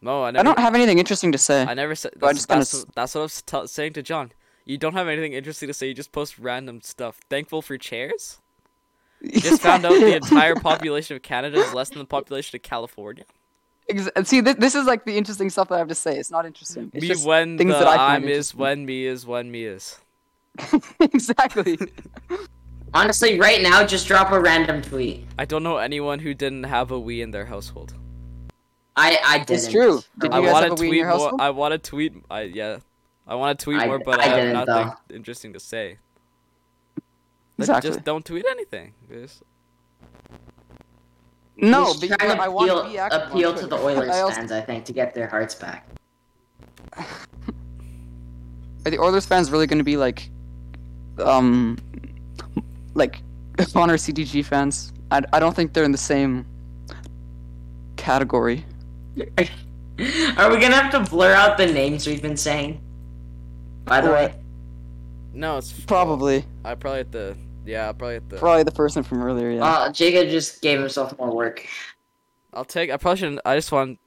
No, I never.
I don't have anything interesting to say.
I never said.
But I
That's,
just kinda
that's, that's what I was t- saying to John. You don't have anything interesting to say. You just post random stuff. Thankful for chairs. Just found out
[laughs]
the entire population of Canada is less than the population of California.
Ex- See, th- this is like the interesting stuff that I have to say. It's not interesting. It's
me
just
when
things
the
that I find
I'm is when me is when me is.
[laughs]
[laughs]
exactly.
Honestly, right now, just drop a random tweet.
I don't know anyone who didn't have a Wii in their household.
I I didn't.
It's true. Did
I
you guys
want
have
to
a Wii in
tweet
your
more.
household?
I want to tweet. I yeah. I want to tweet
I-
more, but
I
I, have
didn't,
nothing interesting to say. But
exactly.
Just don't tweet anything. Just-
no,
He's
but you
trying
know, I want
appeal,
to be active. on
appeal to
Twitter.
the Oilers
I also-
fans, I think, to get their hearts back.
Are the Oilers fans really going to be like, um, like [laughs] Bonner CDG fans? I, I don't think they're in the same category.
[laughs] Are we gonna have to blur out the names we've been saying? By the way,
No, it's
Probably,
I probably have to. Yeah, I probably have to.
probably the person from earlier. Yeah.
uh, Jacob just gave himself more work.
I'll take. I probably shouldn't. I just want.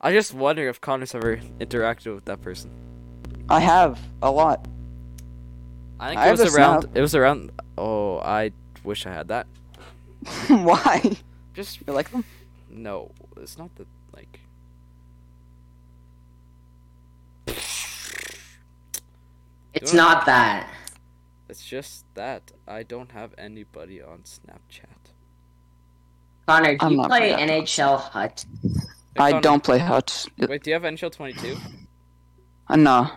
I just wonder if Connor's ever interacted with that person.
I have a lot. [laughs]
I think
I
it
have
was
a
around.
snap.
It was around. Oh, I wish I had that.
Why?
Just
You like them?
no. It's not the like.
It's
Don't-
not that.
It's just that I don't have anybody on Snapchat.
Connor, do
I'm
you
not
play
bad.
NHL Hut?
Hey,
I
Connor,
don't play Hut.
Wait, do you have NHL 22?
Uh, no.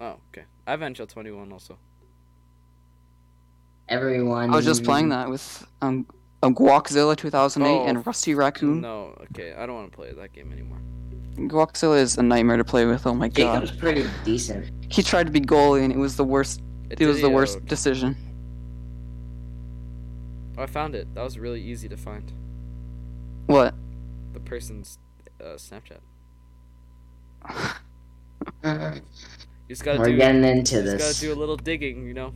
Oh, okay. I have NHL 21 also.
Everyone.
I was
Mm.
just playing that with um, um Guaczilla 2008
Oh,
and Rusty Raccoon.
No, okay. I don't want to play that game anymore.
Guaczilla is a nightmare to play with. Oh my god.
Jacob's pretty decent.
He tried to be goalie and it was the worst. It was the
Didio.
worst decision.
Oh, I found it. That was really easy to find.
What?
The person's uh, Snapchat.
Mhm.
You just gotta
We're
do.
getting into
You just
this.
gotta do a little digging, you know.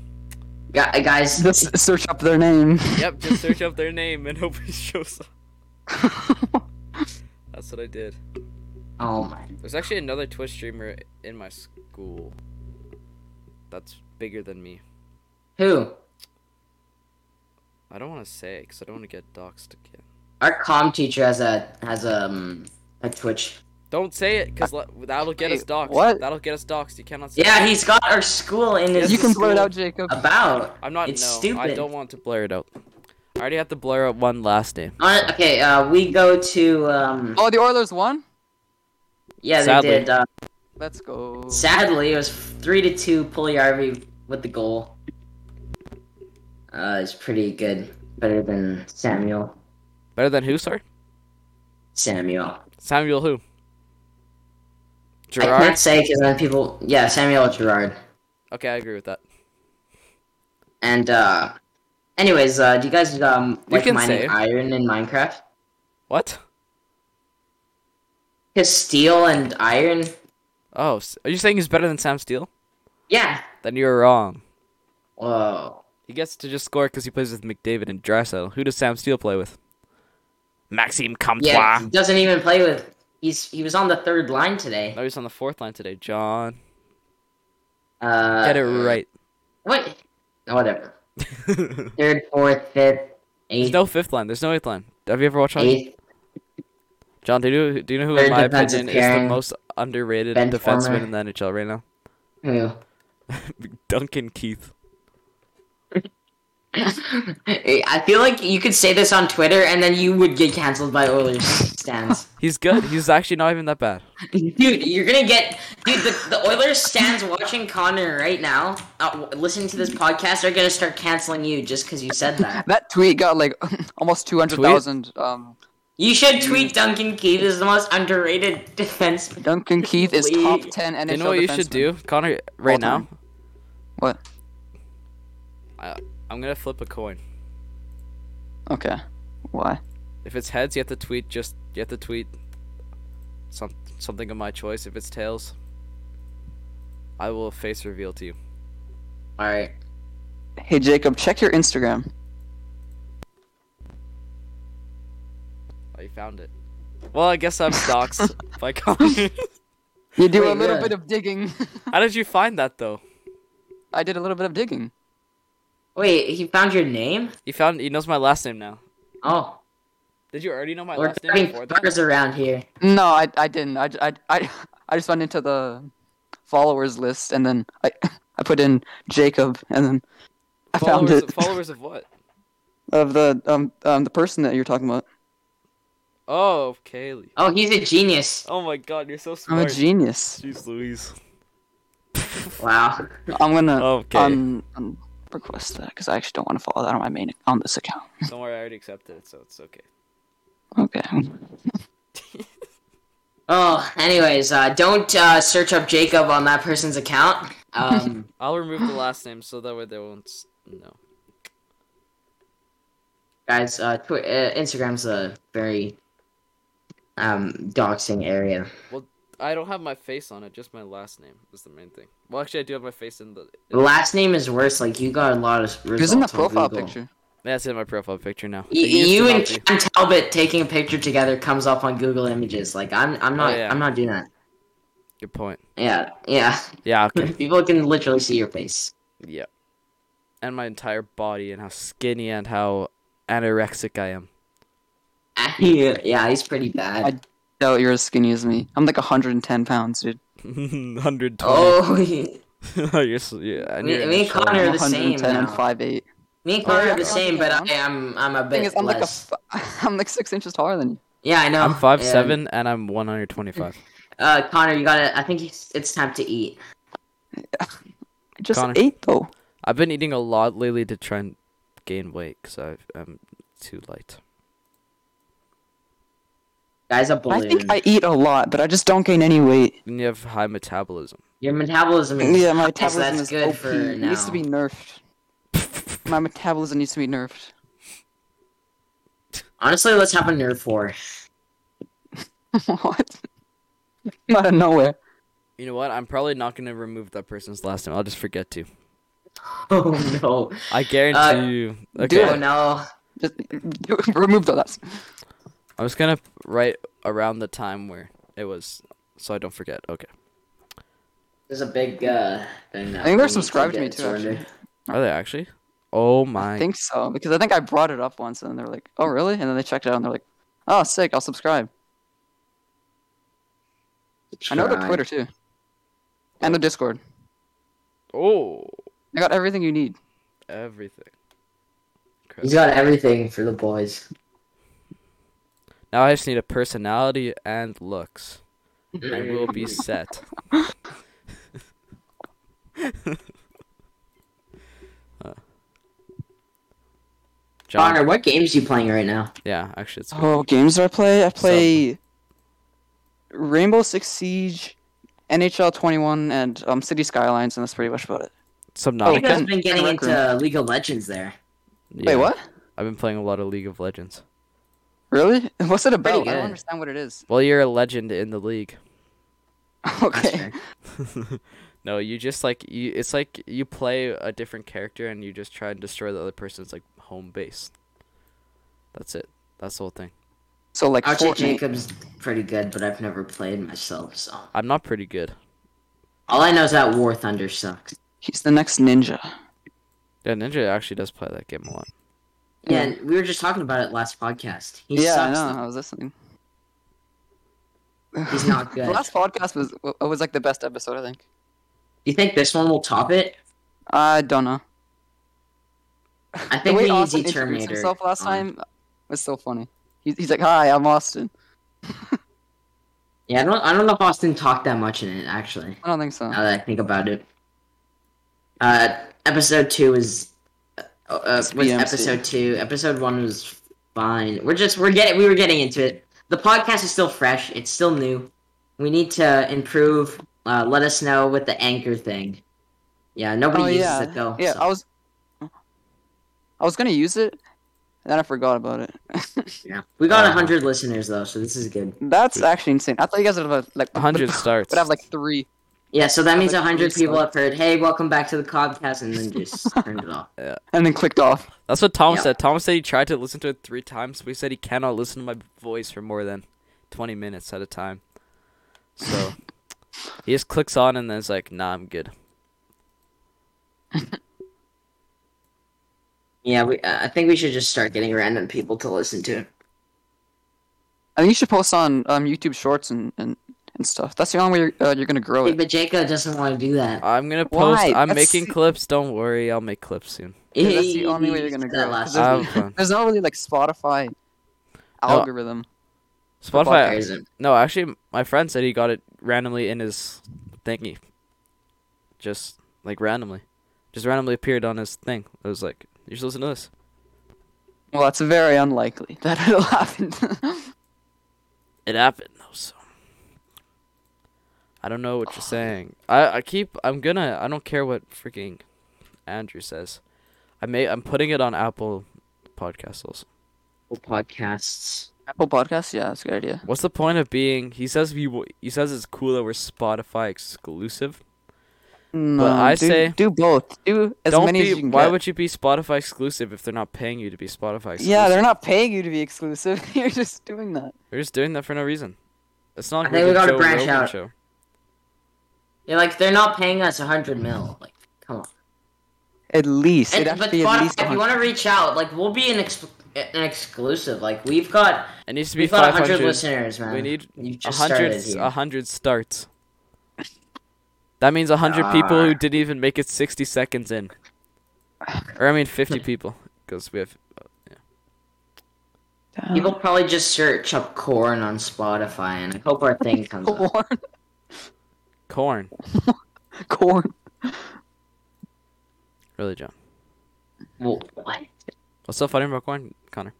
Gu- guys,
Just search up their name. [laughs]
Yep, just search up their name and [laughs] hope it shows up. That's what I did.
oh my.
There's actually another Twitch streamer in my school. That's bigger than me.
Who?
I don't want to say because I don't want to get doxxed again.
Our comm teacher has a has a um, at Twitch.
Don't say it, cause le- that'll get us
Wait,
doxxed.
what?
That'll get us doxxed. You cannot say.
Yeah,
it.
he's got our school in his
You can blurt
school
out Jacob.
about.
I'm not.
It's
no,
stupid.
I don't want to blur it out. I already have to blur out one last name.
On, okay, uh, we go to um.
Oh, the Oilers won.
Yeah, they
Sadly.
did. Uh,
Let's go.
sadly, it was three to two. Pugliarvi with the goal. Uh, it's pretty good. Better than Samuel.
Better than who, sir?
Samuel.
Samuel who?
I
Gerard.
can't say because then people. Yeah, Samuel Gerard.
Okay, I agree with that.
And uh, anyways, uh, do you guys um
You
like
can
mining
say.
iron in Minecraft?
What?
Because steel and iron.
Oh, s- are you saying he's better than Sam Steele?
Yeah.
Then you're wrong.
Whoa.
He gets to just score because he plays with McDavid and Drysdale. Who does Sam Steele play with? Maxime Comtois.
Yeah. he Doesn't even play with. He's he was on the third line today.
No, Oh, he's on the fourth line today. John,
Uh,
get it right. [laughs]
What? Oh, Whatever. Third, fourth, fifth,
There's
eighth,
no fifth line. There's no eighth line. Have you ever watched hockey?
eighth.
John, do you, do you know who, in
Third
my
defensive
opinion, is the
pairing.
most underrated
Ben
defenseman
Former.
in the NHL right now?
Who? [laughs]
Duncan Keith.
I feel like you could say this on Twitter and then you would get canceled by Oilers stands.
He's
[laughs]
good. He's actually not even that bad.
dude, you're gonna get dude. The, the Oilers stands watching Connor right now, uh, w- listening to this podcast. They're gonna start canceling you just because you said that.
That tweet got like [laughs] almost two hundred thousand. Um,
You should tweet Duncan Keith is the most underrated defenseman.
Duncan Keith is top
Wait.
ten NHL.
you know what you should
defenseman.
do, Connor? Right now,
time. What?
I'm gonna flip a coin.
Okay. Why?
If it's heads, you have to tweet just you have to tweet some something of my choice. If it's tails, I will face reveal to you.
All right.
Hey Jacob, check your Instagram.
Oh, you found it. Well, I guess I'm
[laughs]
doxxed by Connor. [laughs]
You do
Wait,
a little
yeah.
bit of digging. [laughs]
How did you find that though?
I did a little bit of digging.
Wait, he found your name?
He found he knows my last name now.
Oh,
Did you already know my
we're
last name
having
before that?
fuckers around here.
No, I, I didn't. I, I, I, I just went into the followers list and then I [laughs] I put in Jacob and then I found
Followers,
it
followers of what?
of the um um the person that you're talking about.
Oh, Kaylee.
Oh, he's a genius.
Oh my God, you're so
I'm
smart.
a genius.
Jeez Louise.
Wow.
I'm gonna
[laughs] Okay.
um, um request that because I actually don't want to follow that on my main on this account.
Don't worry, I already accepted it, so it's okay.
Okay.
Oh, anyways, uh, don't uh, search up Jacob on that person's account.
[laughs]
Um,
I'll remove the last name so that way they won't. s- No.
guys, uh, tw- uh, Instagram's a very um, doxing area.
I don't have my face on it, just my last name is the main thing. Well, actually, I do have my face in the.
The last name is worse. Like you got a lot of results.
Who's in the
on
profile
Google.
picture?
That's in my profile picture now.
Y-
It used
you
to
and
not be.
Cam Talbot taking a picture together comes up on Google Images. Like I'm, I'm not,
Oh, yeah.
I'm not doing that.
Good point.
Yeah, yeah. [laughs]
Yeah, okay.
People can literally see your face.
yeah. And my entire body and how skinny and how anorexic I am. [laughs]
yeah, he's pretty
I
bad.
doubt you're as skinny as me. I'm like 110 pounds, dude.
120.
Oh, [laughs] me
[laughs] you're, so- yeah, and
Me-
you're
me and Connor-
I'm
They're the same
110 and
now.
5'8.
and Connor
Oh, yeah,
are the
Connor's
same, but I,
down.
am, I'm a bit
Thing is, I'm like a,
less.
f- [laughs] I'm like six inches taller than you.
yeah, I know.
I'm 5'7
Yeah.
seven and I'm 125.
Uh, Connor, you gotta. I think it's, it's time to eat.
I just
Connor.
ate though.
I've been eating a lot lately to try and gain weight because I'm too light.
Guys, a
I
balloon.
think I eat a lot, but I just don't gain any weight.
And you have high metabolism.
Your metabolism is.
Yeah,
Yes,
my metabolism
that's
is
good
OP.
for
It needs to
now.
be nerfed. my metabolism needs to be nerfed. [laughs]
Honestly, let's have a nerd war. [laughs]
what? [laughs] Out of nowhere.
You know what? I'm probably not going to remove that person's last name. I'll just forget to.
Oh no.
I guarantee
Uh,
you. Okay.
do
Oh
it.
no.
Just [laughs] remove the last.
I'm just gonna write around the time where it was, so I don't forget. Okay.
There's a big uh thing now.
I think they're subscribed to me too,
Are they actually? Oh my.
I think so because I think I brought it up once and they're like, "Oh really?" And then they checked it out and they're like, "Oh sick, I'll subscribe." I know the
try.
Twitter too, and the Discord.
Oh,
I got everything you need.
everything. Crap.
He's got everything for the boys.
Now I just need a personality and looks, and we'll be set. Uh. John,
Connor, what games you playing right now?
yeah, actually, it's
Oh, games that I play? I play Rainbow Six Siege, NHL 21, and um, City Skylines, and that's pretty much about it.
I
Subnautica.
think I've
Ben-
been getting
Ben
into League of Legends there.
Yeah,
Wait, what?
I've been playing a lot of League of Legends.
Really? [laughs] What's it about? I
good.
don't understand what it is.
Well, you're a legend in the league.
[laughs] Okay.
no, you just like you. It's like you play a different character and you just try and destroy the other person's like home base. That's it. That's the whole thing.
So like
Archie
Fortnite.
Jacobs pretty good, but I've never played myself, so
I'm not pretty good.
all I know is that War Thunder sucks.
He's the next ninja.
Yeah, Ninja actually does play that game a lot.
Yeah, and we were just talking about it last podcast. He
yeah,
sucks.
I know. I was listening.
though. He's
[laughs]
not
The
good.
last podcast was w- was like the best episode, I think.
you think this one will top it?
I don't know.
I
The
think we
way
need
Austin
Z
introduced
Terminator.
himself last
on.
time was so funny. He's, he's like, "Hi, I'm Austin."
Yeah, I don't. I don't know if Austin talked that much in it actually.
I don't think so.
Now that I think about it, uh, episode two is uh, uh,
It's
was
BMC.
episode two. Episode one was fine. We're just we're getting we were getting into it. The podcast is still fresh. It's still new. We need to improve. Uh, let us know with the anchor thing. Yeah, nobody
Oh
uses
yeah,
it though.
yeah.
so-
I was, I was gonna use it, and then I forgot about it.
yeah. We got
Uh,
a hundred listeners though, so this is good.
That's actually insane. I thought you guys would have like [laughs]
100
would
starts.
have like three.
Yeah, so that means a
like
hundred
three
people have heard, "Hey, welcome back to the podcast," and then
[laughs]
just turned it off.
and then clicked off.
That's what Tom
Yeah.
said. Tom said he tried to listen to it three times, but he said he cannot listen to my voice for more than 20 minutes at a time. So he just clicks on and then it's like, nah, I'm good.
Yeah, we. Uh, I think we should just start getting random people to listen to it.
I think you should post on um, YouTube Shorts and, and, and stuff. That's the only way you're, uh, you're gonna grow
Hey,
it.
but Jacob doesn't want to do that.
Uh,
I'm gonna post.
Why?
I'm
That's-
making clips. Don't worry, I'll make clips soon.
Yeah, that's the only way you're gonna
That
grow.
last
There's-
Have
one.
fun.
There's not really like Spotify algorithm.
[laughs]
Spotify.
There isn't.
No, actually, my friend said he got it randomly in his thingy. Just like randomly, just randomly appeared on his thing. I was like, you should listen to this.
Well, that's very unlikely [laughs] that it'll happen.
It happened though, so I don't know what
Oh.
you're saying. I I keep I'm gonna I don't care what freaking Andrew says. I may I'm putting it on Apple Podcasts. also.
Apple podcasts.
Apple Podcasts, yeah, that's a good idea.
What's the point of being? He says he w- he says it's cool that we're Spotify exclusive.
No,
I
Um, do,
say-
do both. Do as
don't
many
be.
as you can
why
get.
would you be Spotify exclusive if they're not paying you to be Spotify exclusive?
yeah, they're not paying you to be exclusive. [laughs] You're just doing that.
They're just doing that for no reason. It's
I
not like
think
we're
we
the
gotta
Joe
branch
Rogan
out.
show.
Yeah, like they're not paying us a hundred mil. Like, come on.
At least
And,
it'd have
but
to be at
Spotify,
least.
if you
100.
want to reach out, like we'll be an, ex- an exclusive. Like we've got
It needs to be
we've got
five
a hundred
hundred.
listeners, man.
We need
You've
A
Um, just
hundred,
started here.
a hundred starts. That means a hundred people who
Ah.
didn't even make it sixty seconds in, or I mean
[laughs]
fifty people, because we have.
Damn.
People probably just search up corn on Spotify, and I hope our thing comes
[laughs]
up.
Corn,
corn, corn.
really, John.
Well, what?
What's so funny about corn, Connor?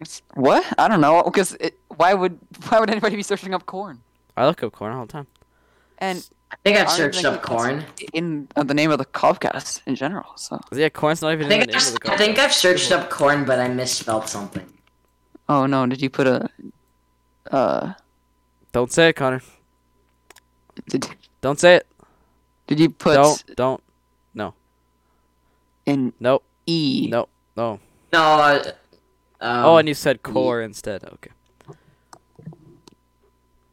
It's- What? I don't know. Because why would why would anybody be searching up corn?
I look up corn all the time.
And
I think I've
I don't
searched
think
up
it's-
corn.
in uh, the name of the podcast in general. So.
Yeah, corn's not even
I
in the
think
name of the
I've, I
corn.
think I've searched up corn, but I misspelled something.
Oh no! Did you put a? Uh,
Don't say it, Connor.
did
Don't say it.
did you put
don't, don't,
an
no,
e?
no, no.
No. Uh, um,
oh, and you said core instead. Okay.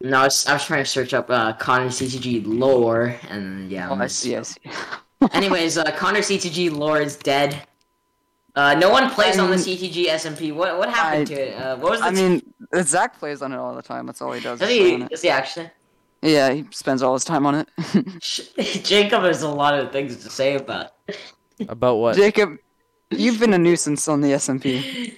No, I was, I was trying to search up uh, Connor CTG lore, and yeah.
Oh, I
miss-
see. I see.
Anyways, uh, Connor CTG lore is dead. Uh, no one plays on the
I'm-
CTG SMP. What what happened
I-
to it? Uh, what was the?
I mean, Zach plays on it all the time. That's all he does.
does
is play on
he
it.
does he actually? [laughs]
Yeah, he spends all his time on it. [laughs]
Jacob has a lot of things to say about.
About what?
[laughs]
Jacob, you've been a nuisance on the SMP.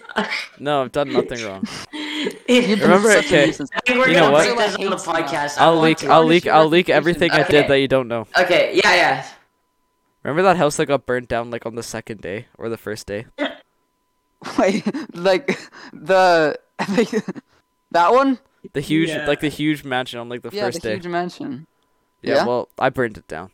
No, I've done nothing
[laughs]
wrong.
If
Remember,
Such a
okay,
nuisance.
we're
you
gonna
know what?
break this on the podcast. I
I'll
want
leak.
to.
I'll leak. I'll leak
reputation.
everything I
Okay.
did that you don't know.
Okay, yeah, yeah.
Remember that house that got burnt down like on the second day or the first day?
Wait, [laughs] like the that one?
The huge,
Yeah.
like the huge mansion on like the
yeah, the
first day.
huge mansion.
yeah,
yeah.
Well, I burned it down.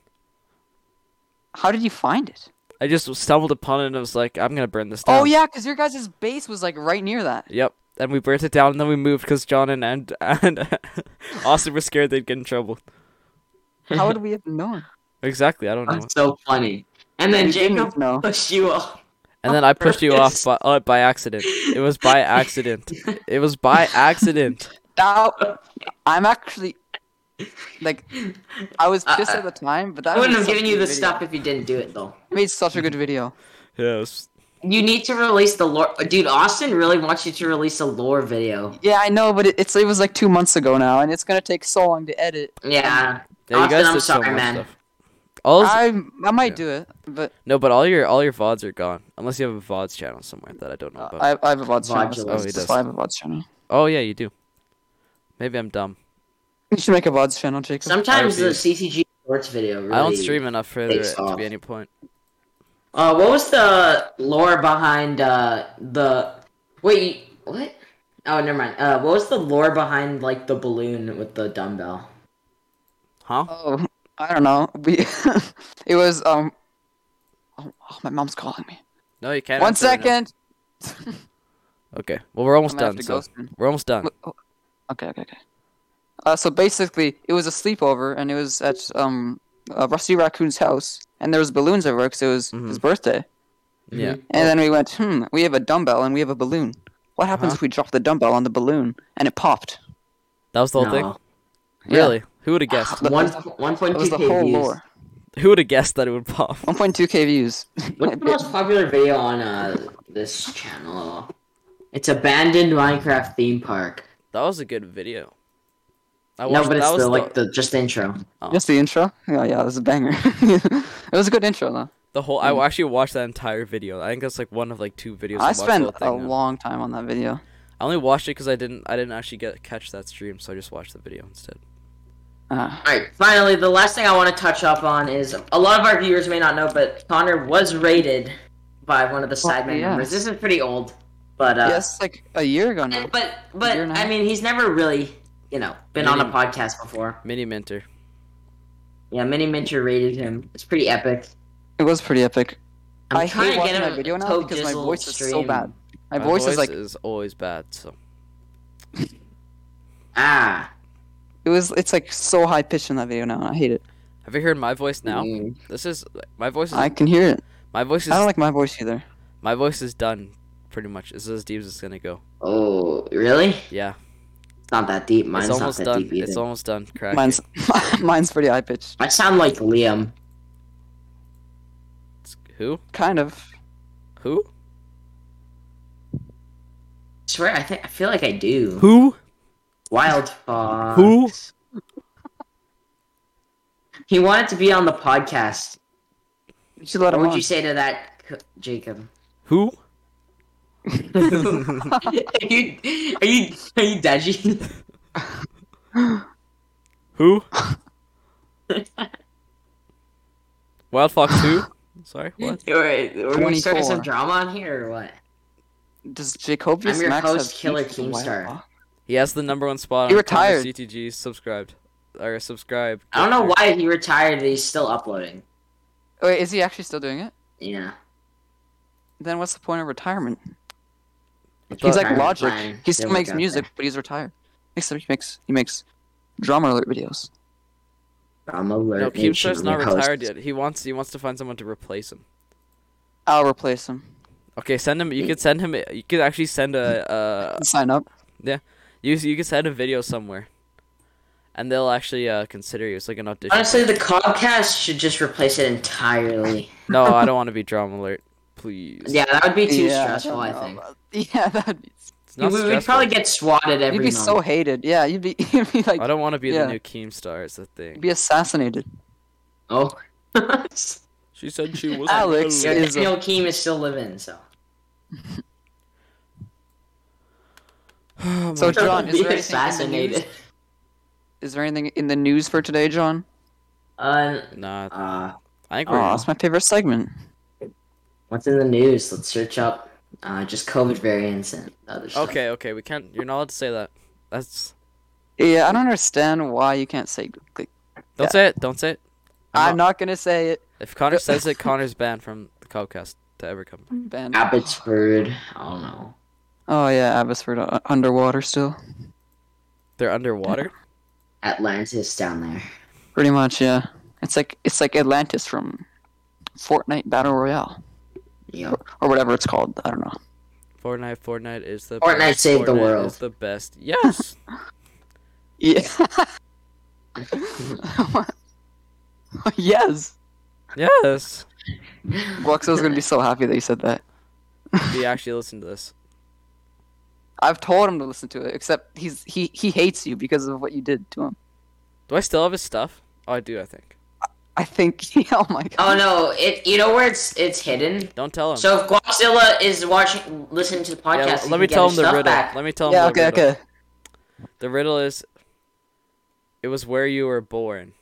How did you find it?
I just stumbled upon it and I was like, I'm gonna burn this down.
Oh yeah, because your guys' base was like right near that.
Yep. And we burnt it down and then we moved because John and and, [laughs] and Austin were scared they'd get in trouble.
How would we have known?
Exactly. I don't know.
That's so funny. And then
We
Jacob
didn't know.
pushed you off.
And then I pushed you off by uh, by accident. It was by accident. It was by
[laughs]
accident.
That I'm actually like I was pissed at the time, but that
Uh, I wouldn't
made
have
such
given
a
you
good
the
video.
stuff if you didn't do it though.
It made such a good video.
Yeah. It was,
You need to release the lore, dude. Austin really wants you to release a lore video.
Yeah, I know, but it, it's it was like two months ago now, and it's gonna take so long to edit.
Yeah.
yeah you
Austin,
guys
I'm
did so
sorry,
much
man.
stuff. All
I I might
Yeah.
do it, but
no, but all your all your vods are gone unless you have a vods channel somewhere that I don't know about.
I, I have a VOD channel. so
Vodulous.
Oh, he
that's
does.
why I have a VOD channel.
oh yeah, you do. Maybe I'm dumb.
You should make a VOD channel, Jacob.
Sometimes
I
the
would be-
CCG sports video. Really...
I don't stream enough for there
Takes
to
off.
be any point.
Uh, what was the lore behind uh the? Wait, what? Oh, never mind. Uh, what was the lore behind like the balloon with the dumbbell?
Huh?
Oh, I don't know. [laughs] We, it was um. Oh, oh, my mom's calling me.
No, you can't.
One
answer right now.
second.
Okay. Well, we're almost
I'm gonna have
done.
to
So
go soon.
we're almost done.
Wh- oh, Okay, okay, okay. Uh, so basically, it was a sleepover, and it was at um uh, Rusty Raccoon's house, and there was balloons everywhere because it was
Mm-hmm.
his birthday.
Yeah.
And then we went, hmm, we have a dumbbell and we have a balloon. What happens
Uh-huh.
if we drop the dumbbell on the balloon and it popped?
That was the whole thing.
No.
Yeah.
Really? Who would have
[laughs]
guessed?
That
One
was the-
one point
It was
two k
the whole
views.
lore.
Who would have guessed that it would
[laughs]
pop?
1.2k views. [laughs]
What's the most popular video on uh this channel? It's abandoned Minecraft theme park.
That was a good video. I
No, but it's
that
the,
was
like the just intro.
Just the intro? Yeah, yeah, it was a banger. [laughs] it was a good intro, though.
The whole I actually watched that entire video. I think that's like one of like two videos.
Mm. I
watched the whole
spent a
thing on.
long time on that video.
I only watched it because I didn't. I didn't actually get catch that stream, so I just watched the video instead.
Uh,
All right. Finally, the last thing I want to touch up on is a lot of our viewers may not know, but Connor was raided by one of the Sidemen
yeah.
members. This is pretty old, but uh,
yes, like a year ago now.
but
A
but
year and a
I
half?
mean, he's never really you know been on a
Mini-
podcast before.
Mini Minter.
Yeah, Mini Minter raided him. It's pretty epic.
It was pretty epic.
I'm trying
I
to
hate
get
watching
him
that video now
Toad
because my
Dizzle
voice is so
stream.
bad. My, voice, is like
is always bad. So
Ah,
it was. It's like so high pitched in that video now. and I hate it.
have you heard my voice now?
Mm.
This is like, my voice. Is,
I can hear it.
my voice is
I don't like my voice either.
my voice is done. Pretty much, it's as deep as it's gonna go.
oh, really?
Yeah,
It's not that deep. Mine's
it's
not
almost
that
done.
deep either.
It's almost done. Crack.
Mine's [laughs] mine's pretty high pitched.
I sound like Liam.
It's- Who?
Kind of.
Who?
I swear, I think I feel like I do.
Who?
Wild Fox.
Who?
He wanted to be on the podcast.
You should let
What
him
would
on.
you say to that, C-
[laughs]
Jacob?
Who?
are you are you are you
[laughs]
dodgy?
[laughs] Who? Wild Fox Who? Sorry, what?
[laughs] Or are we starting
24.
some drama on here or what?
Does Jacobius
I'm your
Max
host,
have
Killer
beef with Wild
Keemstar.
Fox?
He has the number one spot
He
on
retired.
CTG subscribed or subscribe.
I don't know why he retired. but He's still uploading.
Oh, Wait, is he actually still doing it?
Yeah.
Then what's the point of retirement?
But-
He's like
Retirement
Logic.
plan
He still
didn't work
makes
out
music, but he's retired. Except he makes he makes drama alert videos.
there. Drama alert.
No,
nation,
Keemstar's
I'm
not
your host.
retired yet. He wants he wants to find someone to replace him.
I'll replace him.
Okay, send him. You could send him. You could actually send a. Uh,
Sign up.
you you could send a video somewhere, and they'll actually uh, consider you. It's like an audition.
Honestly, the Comcast should just replace it entirely.
No,
[laughs]
I don't want to be drama alert. Please.
Yeah, that would be too
Yeah, I
stressful.
don't
I
know
think.
about- [laughs] Yeah, that'd be
It's
We
not
would
stressful.
probably get swatted every
you'd be
month.
so hated. Yeah, you'd be [laughs] you'd be like
I don't want to be
yeah.
the new Keemstar. Is the thing.
be assassinated.
[laughs] oh.
She said
[laughs]
she was.
Alex
Your
is
Daniel Keem is still living, so. [laughs]
So, John, is
Be
there anything in the news?
assassinated.
Is there anything in the news for today, John?
Uh,
Nah,
uh,
I think
Oh,
we're.
that's my favorite segment.
what's in the news? Let's search up uh, just COVID variants and other stuff.
okay, okay. We can't. You're not allowed to say that. That's.
Yeah, I don't understand why you can't say. Like,
Don't
Yeah.
say it. Don't say it.
I'm not gonna say it.
If Connor
[laughs]
says it, Connor's banned from the Cobcast to ever come.
Ben.
Abbotsford. I don't know.
Oh yeah, Abbotsford uh, underwater still.
They're
[laughs]
underwater.
Atlantis down there.
Pretty much, yeah. It's like it's like Atlantis from Fortnite Battle Royale
Yep.
or whatever it's called. I don't know.
Fortnite, Fortnite is the.
Fortnite
best.
saved the
Fortnite
world.
Is the best.
[laughs]
Yes.
Yeah. [laughs] yes.
yes.
Gluxo's gonna be so happy that you said that.
He actually listened to this.
I've told him to listen to it, except he's he he hates you because of what you did to him.
Do I still have his stuff? Oh, I do. I think.
I think. [laughs] Oh my god.
[laughs] Oh no! It you know where it's it's hidden.
Don't tell him.
So if Guaxilla is watching, listening to the
Yeah,
podcast,
l-
he
let me
can
tell
get
him
his
the
stuff
riddle.
back.
Let me tell him.
yeah.
the
Okay.
riddle.
Okay.
The riddle is. It was where you were born.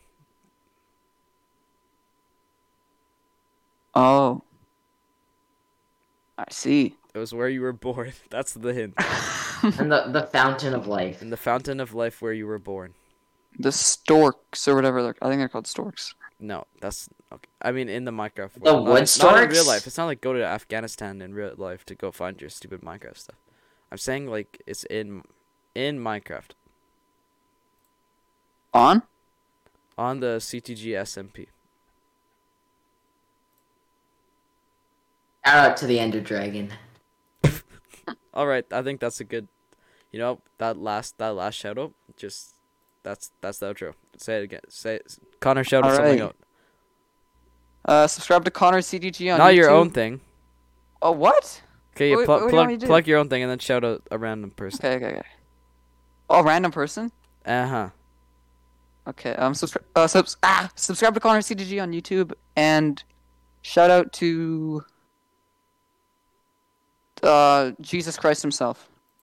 Oh. I see.
It was where you were [laughs] born. That's the hint.
And the the fountain of life.
In the fountain of life where you were born.
The storks or whatever. They're, I think they're called storks.
No, that's okay. I mean, in the Minecraft world.
The
not,
wood
not in real
storks?
life. It's not like go to Afghanistan in real life to go find your stupid Minecraft stuff. I'm saying like it's in in Minecraft
On.
on the CTG SMP.
Shout out to the Ender Dragon.
All right, I think that's a good. You know that last that last shout out. Just that's that's the outro. Say it again. Say it. Connor shout out
All
something
right.
out.
Uh, subscribe to Connor CDG on
Not your
YouTube.
own thing.
Oh, what?
Okay, you
Wait,
pl-
what do you want me
plug
to do?
plug your own thing and then shout out a random person.
Okay, okay, okay. Oh, random person.
Uh huh.
Okay. Um, subscri- uh, subs- ah, subscribe to Connor CDG on YouTube and shout out to uh Jesus Christ himself.